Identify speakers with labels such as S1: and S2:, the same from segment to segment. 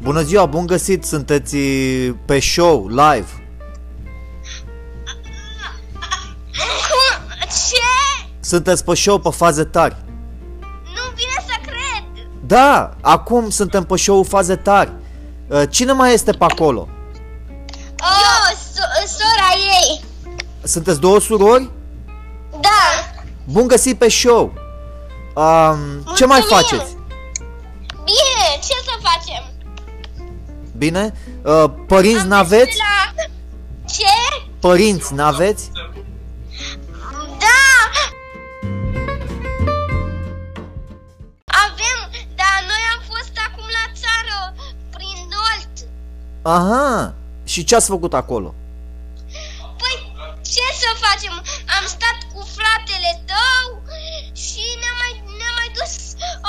S1: Bună ziua, bun găsit, sunteți pe show, live.
S2: Cum? Ce?
S1: Sunteți pe show pe faze tari.
S2: Nu-mi vine să cred!
S1: Da, acum suntem pe show faze tari. Uh, Cine mai este pe acolo?
S2: Eu, Oh, so- sora ei!
S1: Sunteți două surori?
S2: Da!
S1: Bun găsit pe show. Um, ce mai
S2: Mulțumim!
S1: faceți?
S2: Bine, ce să facem?
S1: Bine? Uh, părinți
S2: Aveți?
S1: n-aveți?
S2: La... Ce?
S1: Părinți n-aveți?
S2: Da! Avem, dar noi am fost acum la țară, prin Dolt.
S1: Aha, și ce ați făcut acolo?
S2: Păi, ce să facem? Am stat cu fratele tău și ne-am mai, ne mai dus,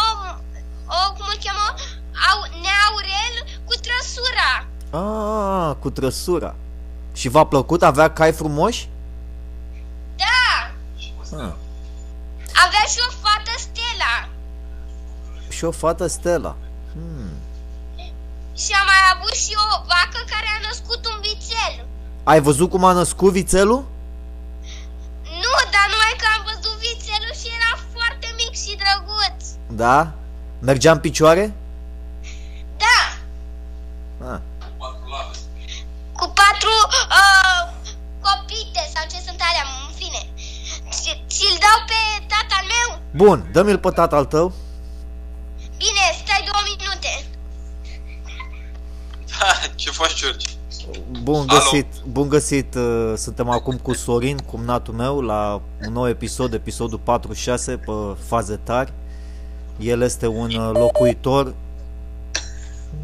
S2: um, o, cum îl cheamă, Au, Neaurel cu trăsura.
S1: Ah, cu trăsura. Și v-a plăcut? Avea cai frumoși?
S2: Da!
S1: Ah.
S2: Avea și o fată, Stella.
S1: Și o fată Stella. Hmm.
S2: Și am mai avut și o vacă care a născut un vițel.
S1: Ai văzut cum a născut vițelul?
S2: Nu, dar numai că am văzut vițelul și era foarte mic și drăguț.
S1: Da? Mergea în picioare?
S2: Da,
S1: Ah.
S2: cu patru uh, copite sau ce sunt alea, în fine. Și- Și-l dau pe tatăl meu?
S1: Bun, dă-mi-l pe tatăl tău.
S2: Bine, stai două minute.
S3: Ha, Ce faci, George?
S1: Bun
S3: Alo.
S1: găsit, bun găsit, uh, suntem acum cu Sorin, cumnatul meu, la un nou episod, episodul 46, pe faze tari. El este un uh, locuitor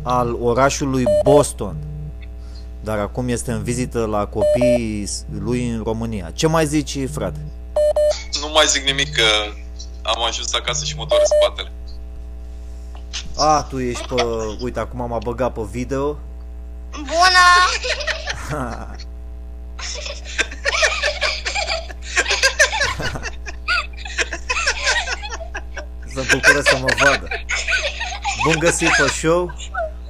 S1: al orașului Boston, dar acum este în vizită la copiii s- lui în România. Ce mai zici, frate?
S3: Nu mai zic nimic că am ajuns acasă și mă doare spatele.
S1: A, tu ești pe... Uite, acum m-a băgat pe video.
S2: Bună!
S1: Ha. Se bucură să mă vadă. Bun găsit pe show.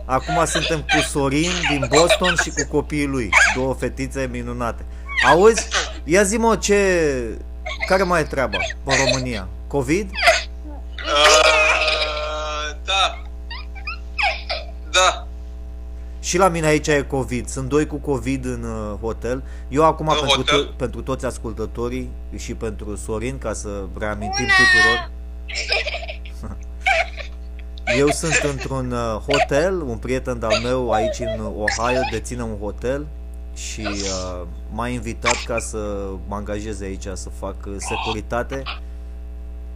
S1: Acum suntem cu Sorin din Boston și cu copiii lui. Două fetițe minunate. Auzi? Ia zi mă ce... Care mai e treaba în România? COVID?
S3: Uh, da. Da.
S1: Și la mine aici e COVID. Sunt doi cu COVID în uh, hotel. Eu acum,
S3: În
S1: pentru,
S3: hotel?
S1: to- pentru toți ascultătorii și pentru Sorin, ca să reamintim
S2: Bună!
S1: tuturor, eu sunt într-un uh, hotel, un prieten de-al meu aici în Ohio deține un hotel și uh, m-a invitat ca să mă angajez aici să fac uh, securitate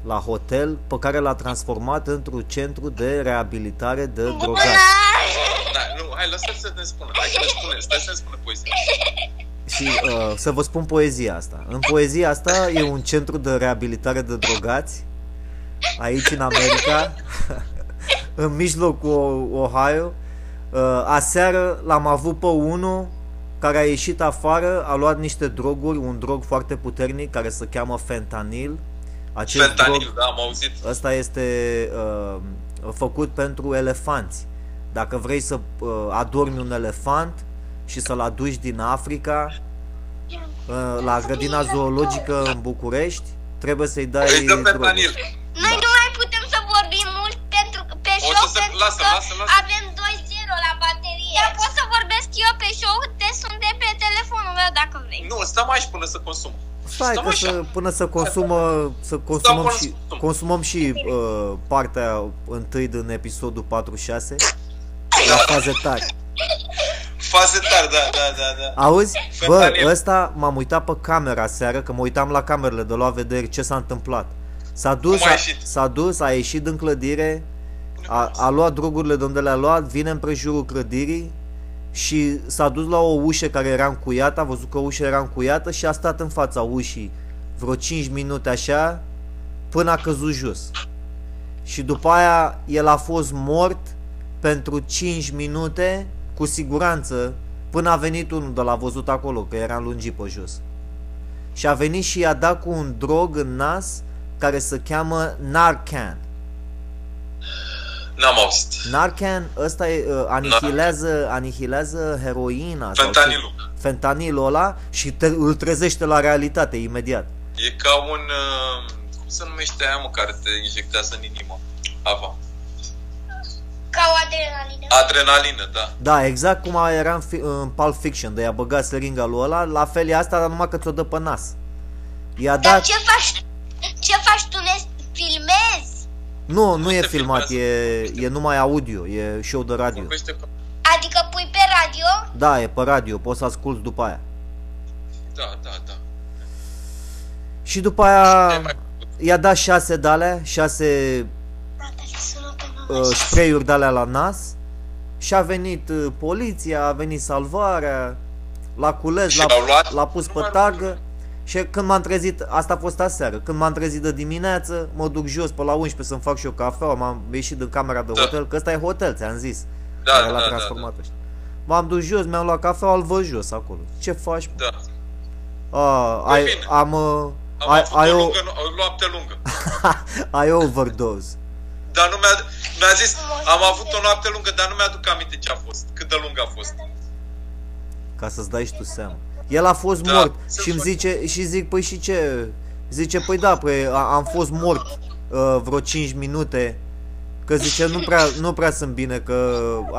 S1: la hotel pe care l-a transformat într-un centru de reabilitare de drogați.
S3: da. Nu, hai, lasă să ne spună. Hai să ne spune, stai să ne spună poezia.
S1: Și uh, să vă spun poezia asta. În poezia asta e un centru de reabilitare de drogați aici în America, în mijlocul Ohio. Uh, aseară l-am avut pe unul care a ieșit afară, a luat niște droguri, un drog foarte puternic care se cheamă fentanil. Acest
S3: Fentanil, da, am auzit.
S1: Ăsta este uh, făcut pentru elefanți. Dacă vrei să uh, adormi un elefant și să-l aduci din Africa uh, la grădina zoologică în București, trebuie să-i dai
S3: Îi dăm
S1: droguri.
S3: fentanil.
S2: Noi nu mai putem să vorbim mult pentru că- pe
S3: O
S2: show
S3: să se-
S2: pentru
S3: lasă,
S2: că
S3: lasă, lasă.
S2: avem 2-0 la baterie. Dar pot să vorbesc eu pe show, te sun de pe telefonul meu dacă vrei.
S3: Nu, stăm aici până să consum.
S1: Stai
S3: Stăm
S1: că
S3: așa.
S1: să, până să consumă, să consumăm
S3: până
S1: și,
S3: să-
S1: consumăm și uh, partea întâi din episodul 46 la faze tari.
S3: Faze tari, da, da, da, da.
S1: Auzi? Bă,
S3: Fentaniu.
S1: ăsta m-am uitat pe camera seară, că mă uitam la camerele de lua vedere ce s-a întâmplat. S-a dus,
S3: Cum a
S1: a,
S3: ieșit?
S1: s-a dus, a ieșit din clădire, a, a luat drogurile de unde le-a luat, vine în prejurul clădirii și s-a dus la o ușă care era încuiată, a văzut că ușa era încuiată și a stat în fața ușii vreo 5 minute așa, până a căzut jos. Și după aia el a fost mort pentru 5 minute, cu siguranță, până a venit unul de la văzut acolo, că era lungit pe jos. Și a venit și i-a dat cu un drog în nas care se cheamă Narcan.
S3: N-am auzit.
S1: Narcan, ăsta e, uh, anihilează, anihilează heroina sau
S3: Fentanilul.
S1: ce- fentanilul ăla și te, îl trezește la realitate imediat.
S3: E ca un... uh, Cum se numește aia, mă, care te injectează în inimă? Ava.
S2: Ca o adrenalină.
S3: Adrenalină, da.
S1: Da, exact cum era în, fi, în Pulp Fiction, de i-a băgat seringa lui ăla, la fel e asta, dar numai că ți-o dă pe nas. I-a
S2: Dar
S1: dat...
S2: ce faci? Ce faci tu? Ne filmezi?
S1: Nu, nu e
S3: se
S1: filmat, e,
S3: filmează.
S1: e numai audio, e show de radio.
S3: Vorbește cu...
S2: Adică pui pe radio?
S1: Da, e pe radio, poți să asculti după aia.
S3: Da, da, da.
S1: Și după
S3: Ai
S1: aia
S3: mai-
S1: i-a dat șase dale, șase
S2: Gata, le sună pe mama.
S1: uh, spray-uri de alea la nas și a venit uh, poliția, a venit salvarea, l-a cules,
S3: Și
S1: l-a,
S3: l-au luat?
S1: l-a pus pe
S3: Numai-
S1: tagă și când m-am trezit, asta a fost aseară, când m-am trezit de dimineață, mă duc jos pe la 11 să-mi fac și eu cafea, m-am ieșit din camera de
S3: Da.
S1: hotel, că ăsta e hotel, ți-am zis,
S3: Da,
S1: care
S3: da,
S1: l-a
S3: da, da, da.
S1: transformat ăștia. M-am dus jos, mi-am luat cafea, îl văd jos acolo. Ce faci? mă?
S3: Da.
S1: A, ai,
S3: bine.
S1: am, uh,
S3: Am
S1: ai,
S3: avut
S1: ai,
S3: o
S1: o,
S3: lungă, o noapte lungă.
S1: ai overdose.
S3: Dar nu mi-a, mi-a zis, am avut o noapte lungă, dar nu mi-aduc aminte ce a fost, cât de lungă a fost.
S1: Ca să-ți dai și tu seama. El a fost
S3: Da,
S1: mort
S3: sunt
S1: și îmi
S3: mort.
S1: zice, și zic, păi și ce? Zice, păi da, păi a- am fost mort uh, vreo 5 minute. Că zice, nu prea, nu prea sunt bine, că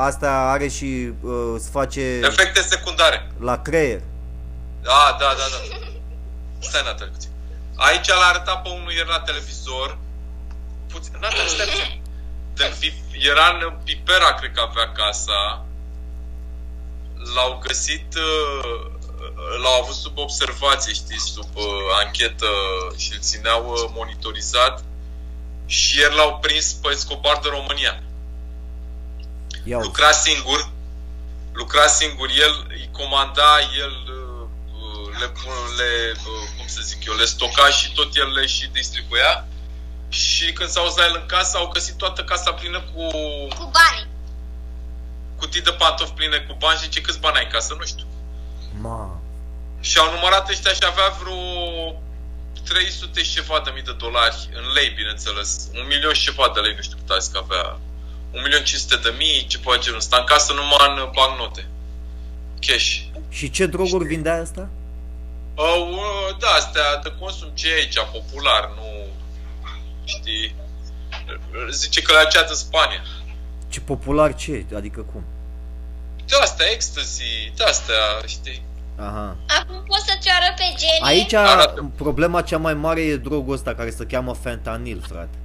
S1: asta are și uh, se face
S3: Efecte secundare.
S1: la creier.
S3: Da, da, da, da. Stai, Natal, puțin. Aici l-a arătat pe unul, era la televizor. Puțin, Natal, stai puțin. De, Pi- era în Pipera, cred că avea casa. L-au găsit, uh, l-au avut sub observație, știi, sub uh, anchetă și îl țineau uh, monitorizat. Și ieri l-au prins pe Escobar de România.
S1: Ia uite.
S3: lucra singur, lucra singur, el îi comanda, el uh, uh, le, pu- le uh, cum să zic eu, le stoca și tot el le și distribuia. Și când s-au la el în casă, au găsit toată casa plină cu
S2: Cu bani.
S3: cutii de pantofi pline cu bani și zice câți bani ai în casă, nu știu.
S1: Ma.
S3: Și au numărat ăștia și avea vreo 300 și ceva de mii de dolari în lei, bineînțeles. Un milion și ceva de lei, nu știu cât a zis că avea. Un milion 500 de mii, ceva genul ăsta. În casă numai în bancnote. Cash.
S1: Și ce droguri vindea asta?
S3: Uh, uh, da, astea de consum ce e aici, popular, nu știi. Zice că le-a ceat în Spania.
S1: Ce popular ce? Adică cum?
S3: De Da, astea, ecstasy, de astea, știi.
S1: Aha.
S2: Acum pot să ceară pe Jenny.
S1: Aici
S3: Arată.
S1: problema cea mai mare e drogul ăsta care se cheamă fentanil, frate.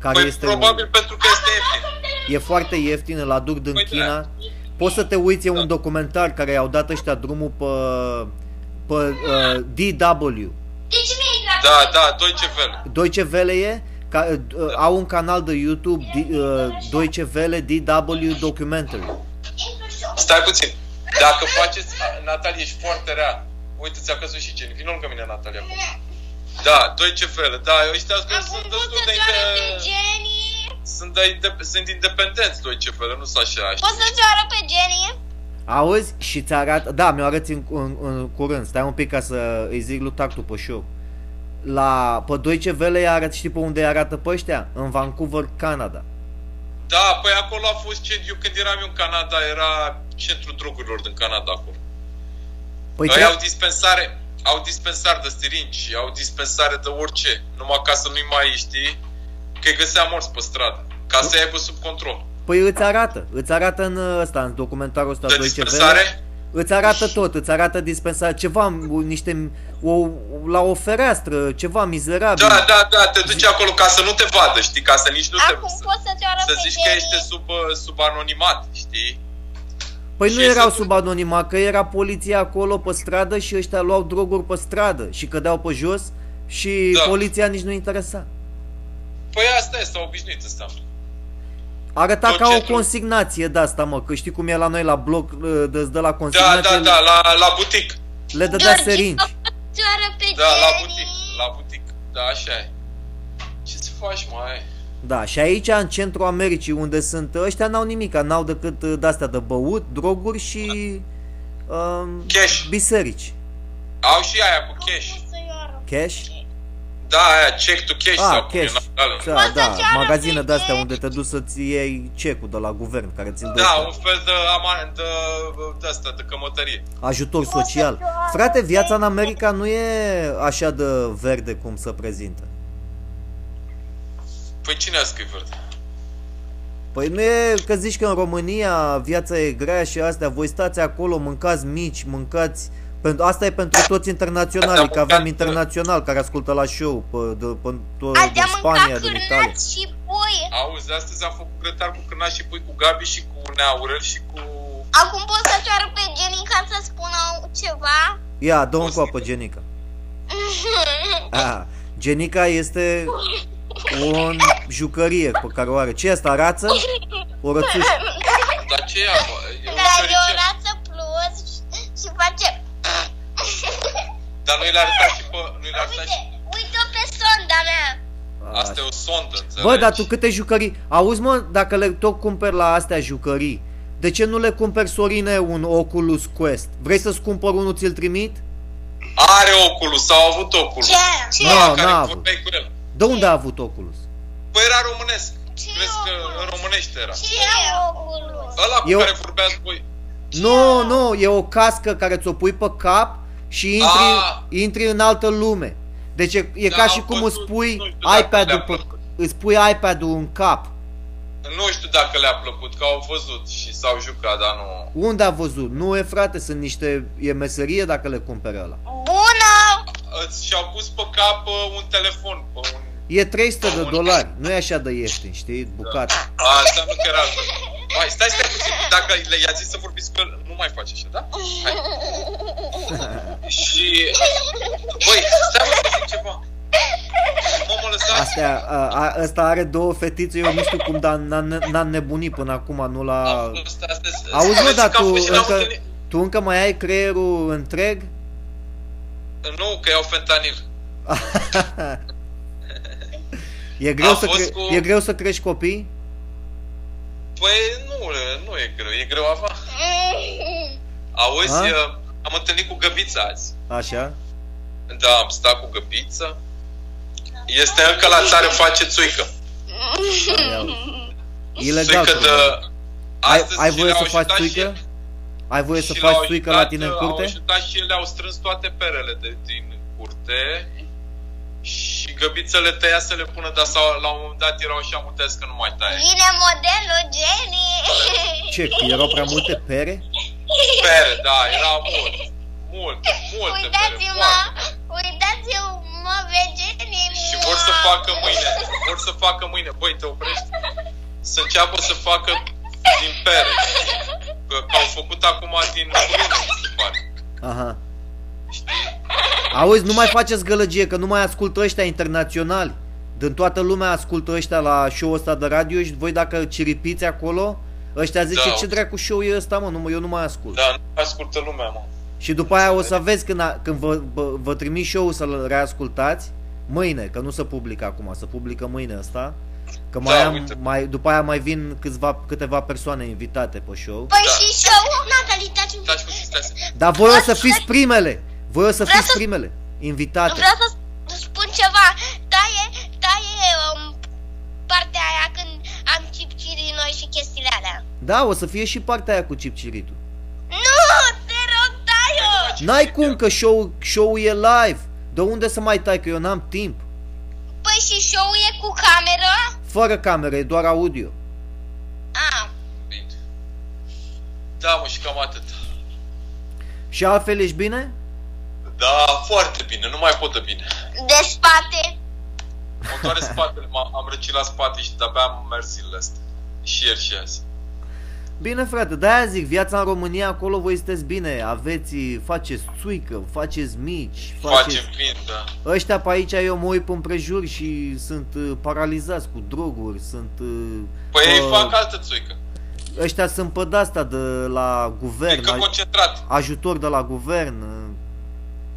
S1: Care
S3: Păi
S1: este
S3: probabil
S1: un...
S3: pentru că este ieftin.
S1: E foarte ieftin, îl aduc din
S3: Păi da.
S1: China. Poți să te uiți, e
S3: Da.
S1: un documentar care i-au dat ăștia drumul pe, pe uh, DW.
S2: Deci mi-ai dat.
S3: Da, da, Deutsche Welle.
S1: Deutsche Welle e, ca, uh,
S3: Da.
S1: au un canal de YouTube, D, uh, Deutsche Welle DW Documentary.
S3: Stai puțin. Dacă faceți... Natalia, ești foarte rea. Uite, ți-a căzut și Jenny. Vino lângă mine, Natalia. acum. Da, Deutsche Welle. Da, ăștia
S2: Acum
S3: sunt
S2: pot
S3: destul
S2: să
S3: de...
S2: ceară pe
S3: inde-
S2: Jenny.
S3: Sunt, de inde- sunt independenți Deutsche Welle, nu sunt așa.
S2: Pot să ceară pe Jenny?
S1: Auzi? Și ți arată... Da, mi-o arăți în, în, în curând. Stai un pic ca să îi zic lui Tactu pe show. La, pe Deutsche Welle îi arată, știi pe unde îi arată pe ăștia? În Vancouver, Canada.
S3: Da, păi acolo a fost ce, eu când eram eu în Canada, era centrul drogurilor din Canada acolo.
S1: Păi
S3: Ei
S1: ce-
S3: au dispensare, au dispensar de stirinci, au dispensare de orice, numai ca să nu-i mai știi că îi găsea morți pe stradă, ca să-i aibă sub control.
S1: Păi îți arată, îți arată în ă, ăsta, în documentarul ăsta
S3: De
S1: Deutsche Welle,
S3: dispensare,
S1: îți arată tot, îți arată dispensar, ceva, m- niște, o, la o fereastră, ceva mizerabil.
S3: da, da, da, te duci acolo ca să nu te vadă, știi, ca să nici nu te...
S2: Acum pot să ceară
S3: Să
S2: pe
S3: zici că
S2: Jenny.
S3: ești sub, uh, sub anonimat, știi?
S1: Păi nu
S3: și
S1: erau
S3: să-
S1: sub anonimat, că era poliția acolo pe stradă și ăștia luau droguri pe stradă și cădeau pe jos și
S3: Da.
S1: poliția nici nu interesa.
S3: Păi asta e, s-a obișnuit ăsta.
S1: Arăta
S3: Tot
S1: ca
S3: ce
S1: o
S3: tu-
S1: consignație de asta, mă, că știi cum e la noi la bloc, ă, de îți dă la
S3: Da,
S1: consignație,
S3: da, da, la, la butic.
S1: le dădea
S2: George,
S1: seringi.
S2: pot să ceară pe
S3: Da, la
S2: Jenny.
S3: butic, la butic, da, așa e. Ce să faci, mai?
S1: Da, și aici, în centrul Americii, unde sunt ăștia, n-au nimica, n-au decât uh, de-astea de băut, droguri și um,
S3: Cash.
S1: biserici.
S3: Au și aia cu
S2: Acum
S3: cash.
S2: pot să ceară.
S1: Cash?
S3: Da, aia, check to cash
S1: Ah,
S3: sau cum e,
S1: cash.
S3: na- alea.
S1: Da,
S2: Poți
S1: da,
S2: să-ți ceară
S1: magazine
S2: free
S1: de astea
S2: cash.
S1: unde te duci să-ți iei cecul de la guvern care ți-l dă
S3: Da,
S1: ăsta.
S3: un fel de, ama- de, de asta, de cămătărie.
S1: ajutor
S2: să
S1: social.
S2: ceară
S1: Frate, viața în
S2: free
S1: America nu e așa de verde cum se prezintă.
S3: Păi cine a scris verde?
S1: Păi nu e că zici că în România viața e grea și astea, voi stați acolo, mâncați mici, mâncați... Pentru, asta e pentru toți internaționalii, că avem internațional care ascultă la show, pe, de, pe, to-
S2: Azi
S1: din
S2: am
S1: Spania,
S2: mâncat
S1: din Italia.
S2: cârnați și pui.
S3: Auzi, astăzi am făcut grătar cu cârnați și pui cu Gabi și cu Neaurel și cu...
S2: Acum pot să ceară pe Jenny ca să spună ceva?
S1: Ia, dă un coapă, Genica. Ah, Genica este un jucărie pe care o are. Ce e asta, rață? O rățușă.
S3: Dar ce e acolo? E un
S2: Dar e o
S3: șoricel.
S2: rață plus și, și face...
S3: Dar nu i l-a arătat și pe... Nu i l-a arătat
S2: Uite,
S3: și...
S2: uite-o pe sonda mea.
S3: Asta e o sondă, înțelegi?
S1: Bă, dar tu câte jucării... Auzi, mă, dacă le tot cumperi la astea jucării, de ce nu le cumperi, Sorine, un Oculus Quest? Vrei să-ți cumpăr unul, ți-l trimit?
S3: Are Oculus, sau a avut Oculus.
S2: Ce?
S1: Nu,
S3: Ăla
S1: n-a
S3: care
S1: avut.
S3: vorbeai cu el.
S1: De unde a avut Oculus?
S3: Păi era românesc.
S2: Ce
S3: Crezi că
S2: Oculus?
S3: în românește era.
S2: Ce e Oculus?
S3: Ăla cu
S1: Eu-
S3: care vorbeați voi.
S1: Nu, nu, e o cască care ți-o pui pe cap și intri,
S3: Ah.
S1: intri în altă lume. Deci e, e
S3: Da,
S1: ca și
S3: am
S1: cum
S3: văzut,
S1: îți pui
S3: nu știu dacă
S1: iPad-ul
S3: le-a
S1: pe,
S3: plăcut.
S1: îți pui iPad-ul în cap.
S3: Nu știu dacă le-a plăcut, că au văzut și s-au jucat, dar nu...
S1: Unde a văzut? Nu e frate, sunt niște... e meserie dacă le cumperi ăla.
S2: Bună!
S3: Îți și-au pus pe cap uh, un telefon, pe un...
S1: E 300 de dolari, nu e așa de ieftin, știi,
S3: Da.
S1: bucată.
S3: A, înseamnă că era... Mai, stai, stai puțin, dacă le, i-a zis să vorbiți cu el, nu mai faci așa, da? Hai. Și... Băi, stai mă, să zic ceva. Mă, mă lăsați?
S1: Astea, a, a, asta are două fetițe, eu nu știu cum, dar n-am ne- n-am nebunit până acum, nu la...
S3: Asta- asta- asta-
S1: Auzi, mă,
S3: zic
S1: dar
S3: că am
S1: tu
S3: fost și la
S1: încă,
S3: întâlnire-
S1: tu încă mai ai creierul întreg?
S3: Nu, că iau fentanil.
S1: E greu,
S3: Am
S1: să
S3: fost
S1: cre-
S3: cu-
S1: e greu să crești copii?
S3: Păi nu, nu e greu, e greu ava. Auzi,
S1: A?
S3: uh, am întâlnit cu Găbița azi.
S1: Așa?
S3: Da, am stat cu Găbiță. Este încă la țară face țuică.
S1: Ia uite. Ilegal.
S3: țuică de...
S1: probabil. Ai,
S3: Astăzi
S1: ai
S3: și
S1: voie
S3: le-au
S1: să faci
S3: ajutat și-
S1: tuică? Ai voie să
S3: și
S1: faci
S3: l-au
S1: tuică la
S3: ajutat,
S1: tine în
S3: Au
S1: curte?
S3: ajutat și ele au strâns toate perele de, din curte și găbițele tăia să le pună, dar sau, la un moment dat erau așa muteți că nu mai taie.
S2: Vine modelul Jenny!
S1: Ce, că erau prea multe pere?
S3: Pere, da, era mult. Mult, multe pere,
S2: Uitați-mă!
S3: foarte.
S2: Uitați-mă pe Jenny!
S3: Și vor să facă mâine, vor să facă mâine. Băi, te oprești? Să înceapă să facă din pere. Că, că au făcut acum din prune, mi se pare.
S1: Aha. Auzi, nu mai faceți gălăgie, că nu mai ascultă ăștia internaționali. Din toată lumea ascultă ăștia la show-ul ăsta de radio și voi dacă ciripiți acolo, ăștia zice
S3: Da.
S1: ce dracu show e ăsta, mă, nu, mă, eu nu mai ascult.
S3: Da, nu ascultă lumea, mă.
S1: Și după aia o să vezi când, a, când vă, vă, vă trimit show-ul să-l reascultați, mâine, că nu se publică acum, se publică mâine ăsta. Că mai
S3: Da,
S1: am,
S3: uite.
S1: mai, după aia mai vin câțiva, câteva persoane invitate pe show.
S2: Păi
S3: Da.
S2: și show Natalie, taci un pic.
S3: Stai puțin, stai să...
S1: Dar voi o să fiți primele! Voi o să
S2: Vreau
S1: fiți
S2: să-
S1: primele! Invitate!
S2: Vreau să spun ceva. Taie, taie um, partea aia când am cipcirii noi și chestiile alea.
S1: Da, o să fie și partea aia cu cipciritul.
S2: Nu, te rog, taie!
S1: N-ai cum că show, show e live. De unde să mai tai că eu n-am timp?
S2: Păi și show e cu cameră?
S1: Fără cameră, e doar audio.
S2: Ah.
S3: Bine. Da, mă, și cam atât.
S1: Și altfel ești bine?
S3: Da, foarte bine, nu mai pot de bine.
S2: De spate.
S3: Mă doare spatele, m-am am răcit la spate și de-abia am mers zilele astea. Și ieri și azi.
S1: Bine frate, de-aia zic, viața în România acolo voi sunteți bine, aveți, faceți țuică, faceți mici, faceți...
S3: Facem vin, da.
S1: Ăștia pe aici eu mă uit pe împrejur și sunt uh, paralizați cu droguri, sunt... uh,
S3: Păi
S1: Bă.
S3: ei fac altă țuică.
S1: Ăștia sunt pe asta de la guvern,
S3: Adică
S1: la,
S3: concentrat.
S1: ajutor de la guvern. uh.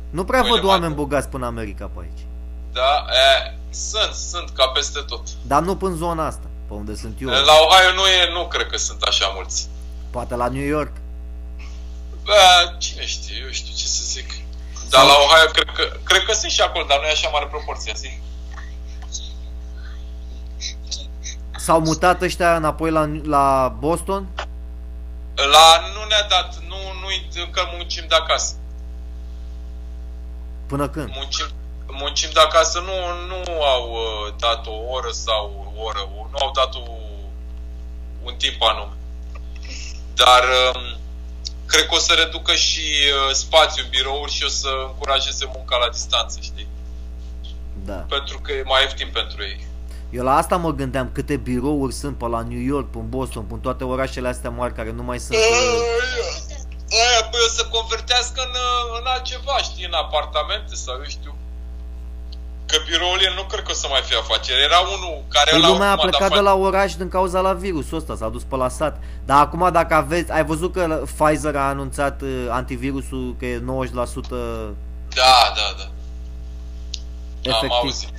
S1: Nu prea
S3: Păi
S1: văd
S3: le
S1: oameni
S3: bagă.
S1: bogați până America pe aici.
S3: Da, e, sunt, sunt, ca peste tot.
S1: Dar nu până în zona asta, pe unde sunt eu.
S3: La Ohio nu e, nu cred că sunt așa mulți.
S1: Poate la New York.
S3: Bă, cine știe, eu știu ce să zic. Dar la Ohio cred că, cred că sunt și acolo, dar nu e așa mare proporție, zi?
S1: S-au mutat ăștia înapoi la, la Boston?
S3: La nu ne-a dat, nu, nu încă muncim de acasă.
S1: Până când?
S3: Muncim, muncim de acasă, nu, nu au uh, dat o oră sau o oră, nu au dat o, un timp anume. Dar um, cred că o să reducă și uh, spațiul în birouri și o să încurajeze munca la distanță, știi?
S1: Da.
S3: Pentru că e mai ieftin pentru ei.
S1: Eu la asta mă gândeam câte birouri sunt pe la New York, pe Boston, pe toate orașele astea mari care nu mai sunt... uh,
S3: Deci Aia, păi o să convertească în, uh, în altceva, știi, în apartamente sau eu știu. Că birourile nu cred că o să mai fie afaceri. Era unul care
S1: Păi
S3: la
S1: lumea a plecat de la oraș din cauza la virusul ăsta, s-a dus pe la sat. Dar acum dacă aveți, ai văzut că Pfizer a anunțat uh, antivirusul că e 90%
S3: Da, da, da.
S1: efectiv.
S3: Am auzit.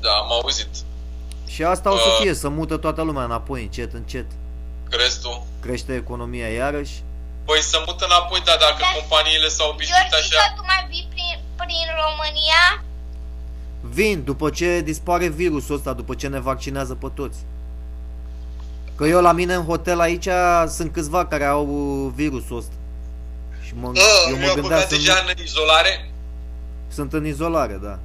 S3: Da, am auzit.
S1: Și asta o să
S3: Uh.
S1: fie, să mută toată lumea înapoi, încet, încet.
S3: Crezi tu?
S1: Crește economia iarăși.
S3: Păi să mut înapoi, dar dacă
S2: Da. exact.
S3: companiile s-au obișnuit
S2: Georgica,
S3: așa...
S2: tu mai vii prin, prin România?
S1: Vin după ce dispare virusul ăsta, după ce ne vaccinează pe toți. Că eu la mine în hotel aici sunt câțiva care au uh, virusul ăsta. Și mă, eu mă
S3: Uh, mi-au
S1: gândeam
S3: Ah, băgat
S1: să
S3: deja
S1: nu,
S3: în izolare.
S1: sunt în izolare, da.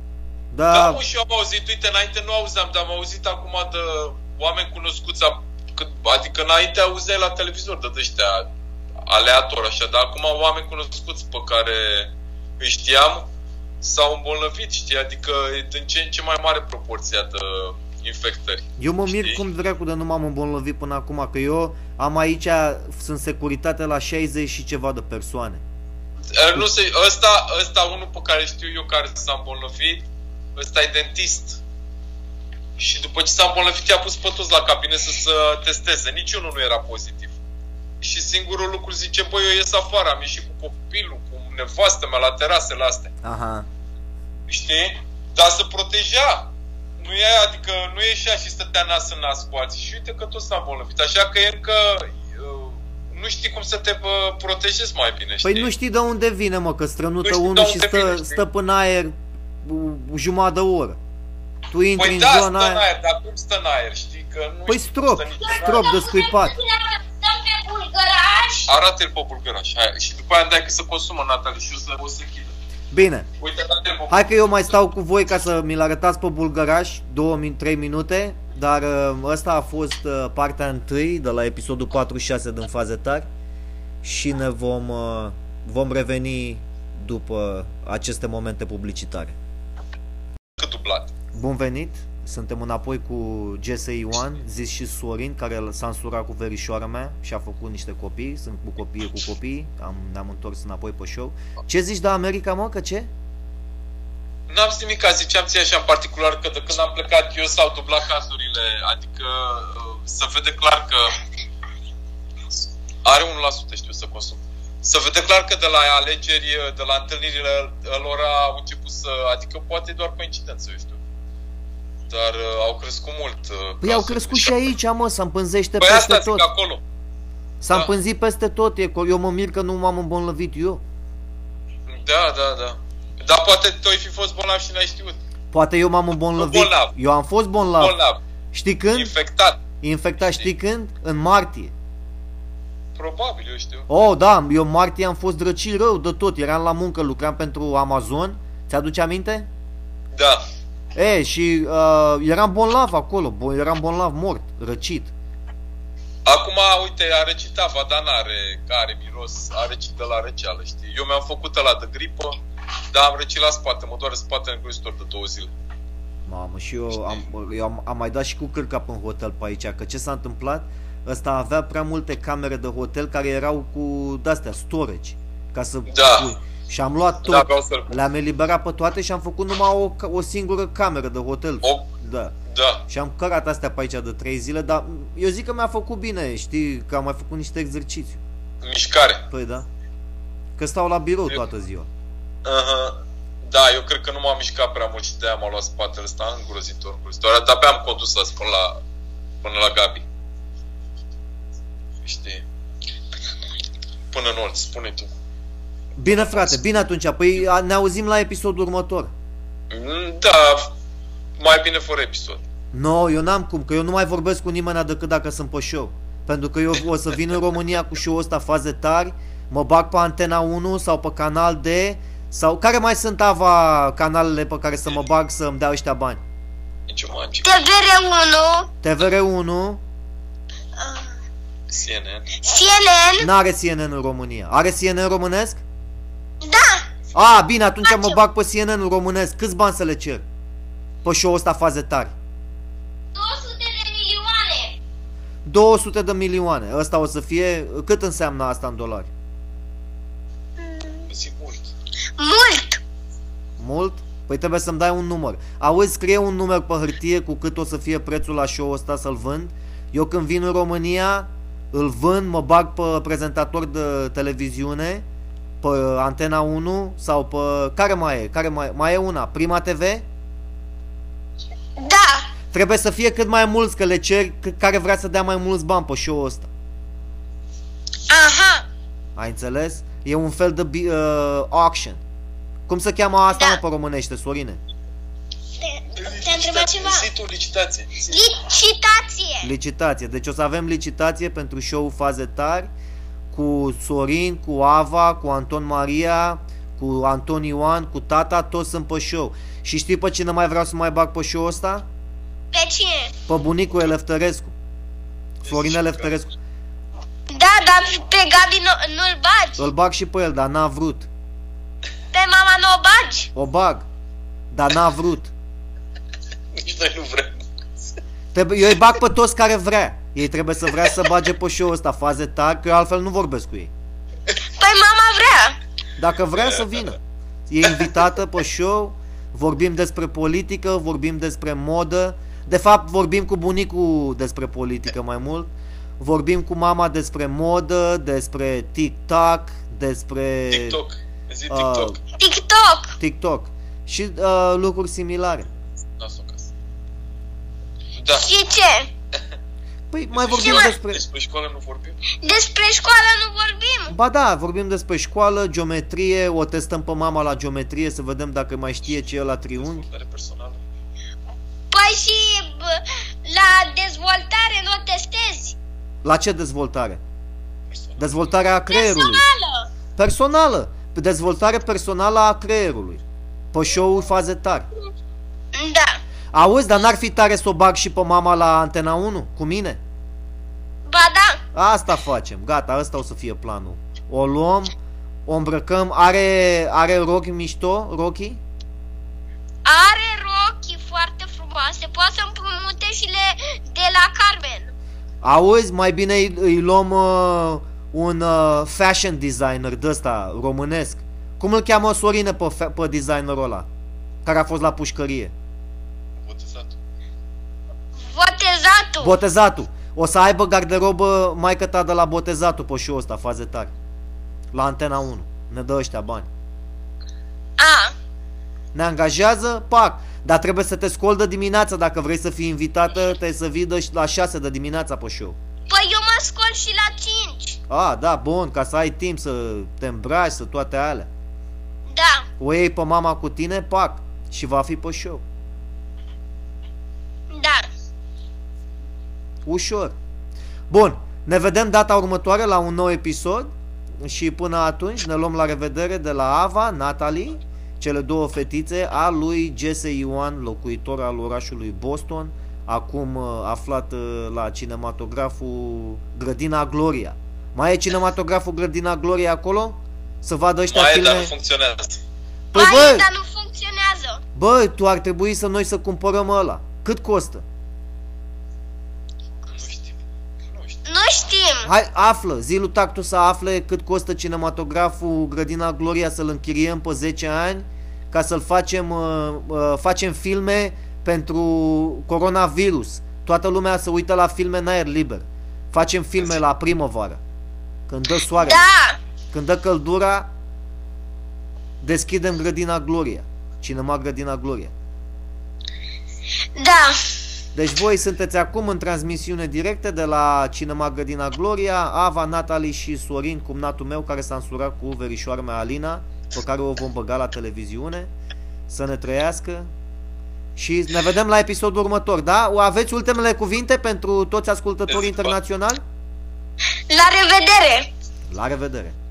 S3: Da,
S1: Da,
S3: mă, și eu am auzit, uite, înainte nu auzeam, dar am auzit acum de oameni cunoscuți, a- cât- adică înainte auzeai la televizor de ăștia aleator, așa, dar acum oameni cunoscuți pe care îi știam s-au îmbolnăvit, știi, adică e din ce în ce mai mare proporția de infectări.
S1: eu mă mir
S3: știi?
S1: cum dracu de nu m-am îmbolnăvit până acum, că eu am aici, sunt securitate la 60 și ceva de persoane.
S3: E, Ă, Nu se, ăsta, ăsta, unul pe care știu eu care s-a îmbolnăvit, ăsta e dentist. Și după ce s-a îmbolnăvit, i-a pus pe toți la cabinet să se testeze. Niciunul nu era pozitiv. Și singurul lucru zice, băi, eu ies afară, am ieșit cu copilul, cu nevastă mea la terase, la astea.
S1: Aha.
S3: Știi? Dar se proteja. Nu e, adică nu ieșea și stătea nas în nas cu alții. Și uite că tot s-a îmbolnăvit. Așa că e încă... uh, Nu știi cum să te bă, protejezi mai bine, știi?
S1: Păi nu știi de unde vine, mă, că strănută
S3: Nu știi de
S1: unul și
S3: unde
S1: stă,
S3: vine, știi?
S1: stă până aer u- jumătate de oră. Tu intri
S3: Păi
S1: în
S3: da,
S1: zona
S3: stă în
S1: aia.
S3: aer, dar cum stă în aer, știi? Că nu
S1: Păi
S3: știi
S1: strop,
S3: cum stă nici în
S1: strop
S3: aer.
S1: de scuipat.
S2: Stăm pe bulgăraș?
S3: Arată-l pe bulgăraș, hai, și după aia îmi dai că se consumă, Natalie, și o să, o să chidă.
S1: Bine,
S3: Uite, arată-l pe
S1: hai că eu mai stau cu voi ca să mi-l arătați pe bulgăraș, 2-3 minute, dar ă, ăsta a fost ă, partea 1 de la episodul 46 din Fazetar și ne vom, ă, vom reveni după aceste momente publicitare.
S3: cât dublat.
S1: Bun venit! Suntem înapoi cu Jesse Ioan, zis și Sorin, care s-a însurat cu verișoara mea și a făcut niște copii. Sunt cu copii, cu copii. Am, ne-am întors înapoi pe show. Ce zici de America, mă? Că ce?
S3: N-am zis nimic, ziceam ție așa în particular că de când am plecat eu s-au dublat cazurile, adică uh, se vede clar că are 1% știu să consum. Se vede clar că de la alegeri, uh, de la întâlnirile lor au început să, adică poate e doar coincidență, eu știu. Dar uh, au crescut mult. uh,
S1: Păi au
S3: cazurile.
S1: crescut și aici, mă, s-a împânzește
S3: Păi
S1: peste
S3: asta
S1: tot.
S3: zic acolo.
S1: S-a
S3: da.
S1: împânzit peste tot. E, co- eu mă mir că nu m-am îmbolnăvit eu.
S3: Da, da, da. Dar poate tu ai fi fost bolnav și n-ai știut.
S1: Poate eu m-am îmbolnăvit.
S3: Bolnav.
S1: Eu am fost bolnav.
S3: Bolnav,
S1: Știi când?
S3: infectat.
S1: Infectat, știi când? În martie.
S3: Probabil, eu știu.
S1: Oh, da, eu în martie am fost drăcit rău de tot. Eram la muncă, lucram pentru Amazon. Ți-aduce aminte?
S3: Da.
S1: E, și uh, eram bolnav acolo, bo- eram bolnav mort, răcit.
S3: Acum, uite, a răcit avadan are, care miros, a răcit de la răceală, știi? Eu mi-am făcut la de gripă, dar am răcit la spate, mă doare spatele îngrozitor de două zile.
S1: Mamă, și eu am, eu am, am mai dat și cu cârca pe hotel pe aici, că ce s-a întâmplat? Ăsta avea prea multe camere de hotel care erau cu de-astea, storage, ca să
S3: Da.
S1: pui. Și am luat tot,
S3: Da, vreau să
S1: le-am eliberat pe toate și am făcut numai o, ca- o singură cameră de hotel.
S3: o,
S1: Da.
S3: da.
S1: Și am cărat astea pe aici de 3 zile, dar eu zic că mi-a făcut bine, știi, că am mai făcut niște exerciții.
S3: Mișcare.
S1: Păi da. Că stau la birou toată ziua.
S3: Uh-huh. Da, eu cred că nu m-am mișcat prea mult și de-aia m-a luat spatele ăsta îngrozitor, îngrozitor. Dar abia am condus la până la, până la Gabi. Știi? Până în Olt, spune tu.
S1: Bine, frate, bine atunci. Păi a- ne auzim la episodul următor.
S3: Mm, Da, mai bine fără episod.
S1: No, eu n-am cum, că eu nu mai vorbesc cu nimeni decât dacă sunt pe show. Pentru că eu o să vin în România cu show-ul ăsta faze tari, mă bag pe Antena 1 sau pe Canal D, sau care mai sunt ava canalele pe care să mă bag să îmi dea ăștia bani?
S3: Nici magic.
S2: TVR1,
S1: TVR1
S3: CNN.
S2: CNN,
S1: n-are CNN în România. Are CNN românesc?
S2: da,
S1: A, bine, atunci mă bag pe CNN românesc. Câți bani să le cer? Pe show-ul ăsta faze tari.
S2: 200 de milioane,
S1: 200 de milioane. Ăsta o să fie... Cât înseamnă asta în dolari?
S3: Zi mult.
S2: mult,
S1: Mult? Păi trebuie să-mi dai un număr. Auzi, scrie un număr pe hârtie cu cât o să fie prețul la show-ul ăsta să-l vând. Eu când vin în România, îl vând, mă bag pe prezentator de televiziune, pe Antena 1 sau pe... Care mai e? Care mai, mai e una? Prima TV?
S2: da,
S1: Trebuie să fie cât mai mulți, că le cer c- care vrea să dea mai mulți bani pe show-ul ăsta.
S2: aha,
S1: Ai înțeles? E un fel de bi- uh, auction. Cum se cheamă asta
S2: Da.
S1: mă, pe românește, Sorine?
S2: te-a întrebat ceva,
S3: Zi tu licitație. Zi.
S2: licitație,
S1: Licitație. Deci o să avem licitație pentru show faze tari cu Sorin, cu Ava, cu Anton Maria, cu Anton Ioan, cu tata, toți sunt pe show. Și știi pe cine mai vreau să mai bag pe show ăsta?
S2: pe cine?
S1: Pe bunicul Elefterescu. Florin
S3: Deci,
S1: Elefterescu.
S2: Da, dar pe Gabi nu, nu-l bagi,
S1: Îl bag și pe el, dar n-a vrut.
S2: pe mama nu o bagi,
S1: O bag, dar n-a vrut.
S3: Nici noi nu vrem.
S1: Trebuie, eu îi bag pe toți care vrea. Ei trebuie să vrea să bage pe show ăsta faze tari, că eu altfel nu vorbesc cu ei.
S2: păi mama vrea,
S1: Dacă vrea să vină. E invitată pe show, vorbim despre politică, vorbim despre modă. De fapt, vorbim cu bunicul despre politică mai mult. Vorbim cu mama despre modă, despre TikTok, despre
S3: TikTok. Zi TikTok.
S1: Ah.
S2: TikTok,
S1: TikTok și uh, lucruri similare.
S3: Las-o acasă. Da.
S2: și ce?
S1: Păi mai vorbim
S2: mai-
S1: despre...
S3: Despre școală nu vorbim?
S2: Despre școală nu vorbim,
S1: Ba da, vorbim despre școală, geometrie, o testăm pe mama la geometrie să vedem dacă mai știe ce e la triunghi.
S3: Dezvoltare personală.
S2: păi și bă, la dezvoltare nu o testezi,
S1: La ce dezvoltare?
S3: Personală.
S1: Dezvoltarea creierului.
S2: personală,
S1: Personală. Dezvoltare personală a creierului. Pe show-uri faze tari.
S2: da,
S1: Auzi, dar n-ar fi tare să o bag și pe mama la Antena 1? Cu mine?
S2: ba da,
S1: Asta facem. Gata, asta o să fie planul. O luăm, o îmbrăcăm. Are, are rochi mișto, rochii?
S2: Are rochii foarte frumoase, poate să împrumute și le de la Carmen.
S1: Auzi, mai bine îi, îi luăm uh, un uh, fashion designer de ăsta românesc. Cum îl cheamă Sorine pe, fa- pe designerul ăla? Care a fost la pușcărie.
S3: Botezat.
S2: Botezatul.
S1: Botezatul. O să aibă garderobă mai ta de la botezatul pe show ăsta, faze tare. La Antena 1. Ne dă ăștia bani.
S2: A,
S1: Ne angajează, pac. Dar trebuie să te scol de dimineața dacă vrei să fii invitată, trebuie să vii de- la 6 de dimineața pe show.
S2: păi eu mă scol și la 5.
S1: A, da, bun, ca să ai timp să te îmbraci, să toate alea.
S2: Da,
S1: O iei pe mama cu tine, pac, și va fi pe show.
S2: da.
S1: Ușor. Bun, ne vedem data următoare la un nou episod și până atunci ne luăm la revedere de la Ava, Natalie, cele două fetițe a lui Jesse Ioan, locuitor al orașului Boston, acum uh, aflat uh, la cinematograful Grădina Gloria. Mai e cinematograful Grădina Gloria acolo? Să vadă ăștia
S3: Mai e,
S1: filme?
S3: dar nu funcționează.
S1: Păi
S2: Mai
S1: bă,
S2: e, dar nu funcționează.
S1: bă, tu ar trebui să noi să cumpărăm ăla. Cât costă?
S3: Nu știu. Nu știu.
S2: Nu știm.
S1: Hai, află, zi lui Tactu să afle cât costă cinematograful Grădina Gloria să-l închiriem pe 10 ani ca să-l facem, uh, uh, facem filme pentru coronavirus. Toată lumea să uită la filme în aer liber. Facem filme la primăvară. Când dă soare,
S2: Da,
S1: când dă căldura, deschidem Grădina Gloria. Cinema Grădina Gloria.
S2: da.
S1: Deci voi sunteți acum în transmisiune directă de la Cinema Grădina Gloria, Ava, Natali și Sorin, cumnatul meu, care s-a însurat cu verișoara mea Alina, pe care o vom băga la televiziune. Să ne trăiască. Și ne vedem la episodul următor, da? Aveți ultimele cuvinte pentru toți ascultătorii internaționali?
S2: La revedere!
S1: La revedere!